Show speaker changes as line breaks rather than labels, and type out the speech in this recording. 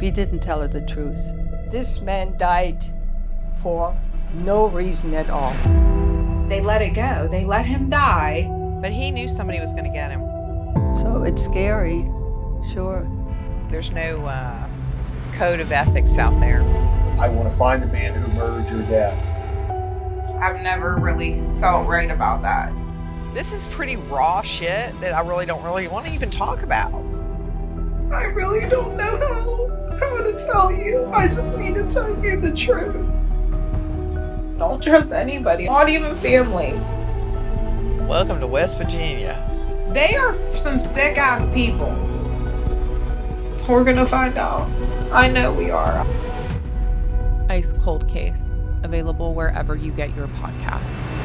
We didn't tell her the truth.
This man died for no reason at all.
They let it go, they let him die.
But he knew somebody was going to get him.
So it's scary, sure.
There's no uh, code of ethics out there.
I want to find the man who murdered your dad.
I've never really felt right about that.
This is pretty raw shit that I really don't really want to even talk about.
I really don't know how I'm gonna tell you. I just need to tell you the truth. Don't trust anybody, not even family.
Welcome to West Virginia.
They are some sick ass people. We're gonna find out. I know we are.
Ice Cold Case, available wherever you get your podcasts.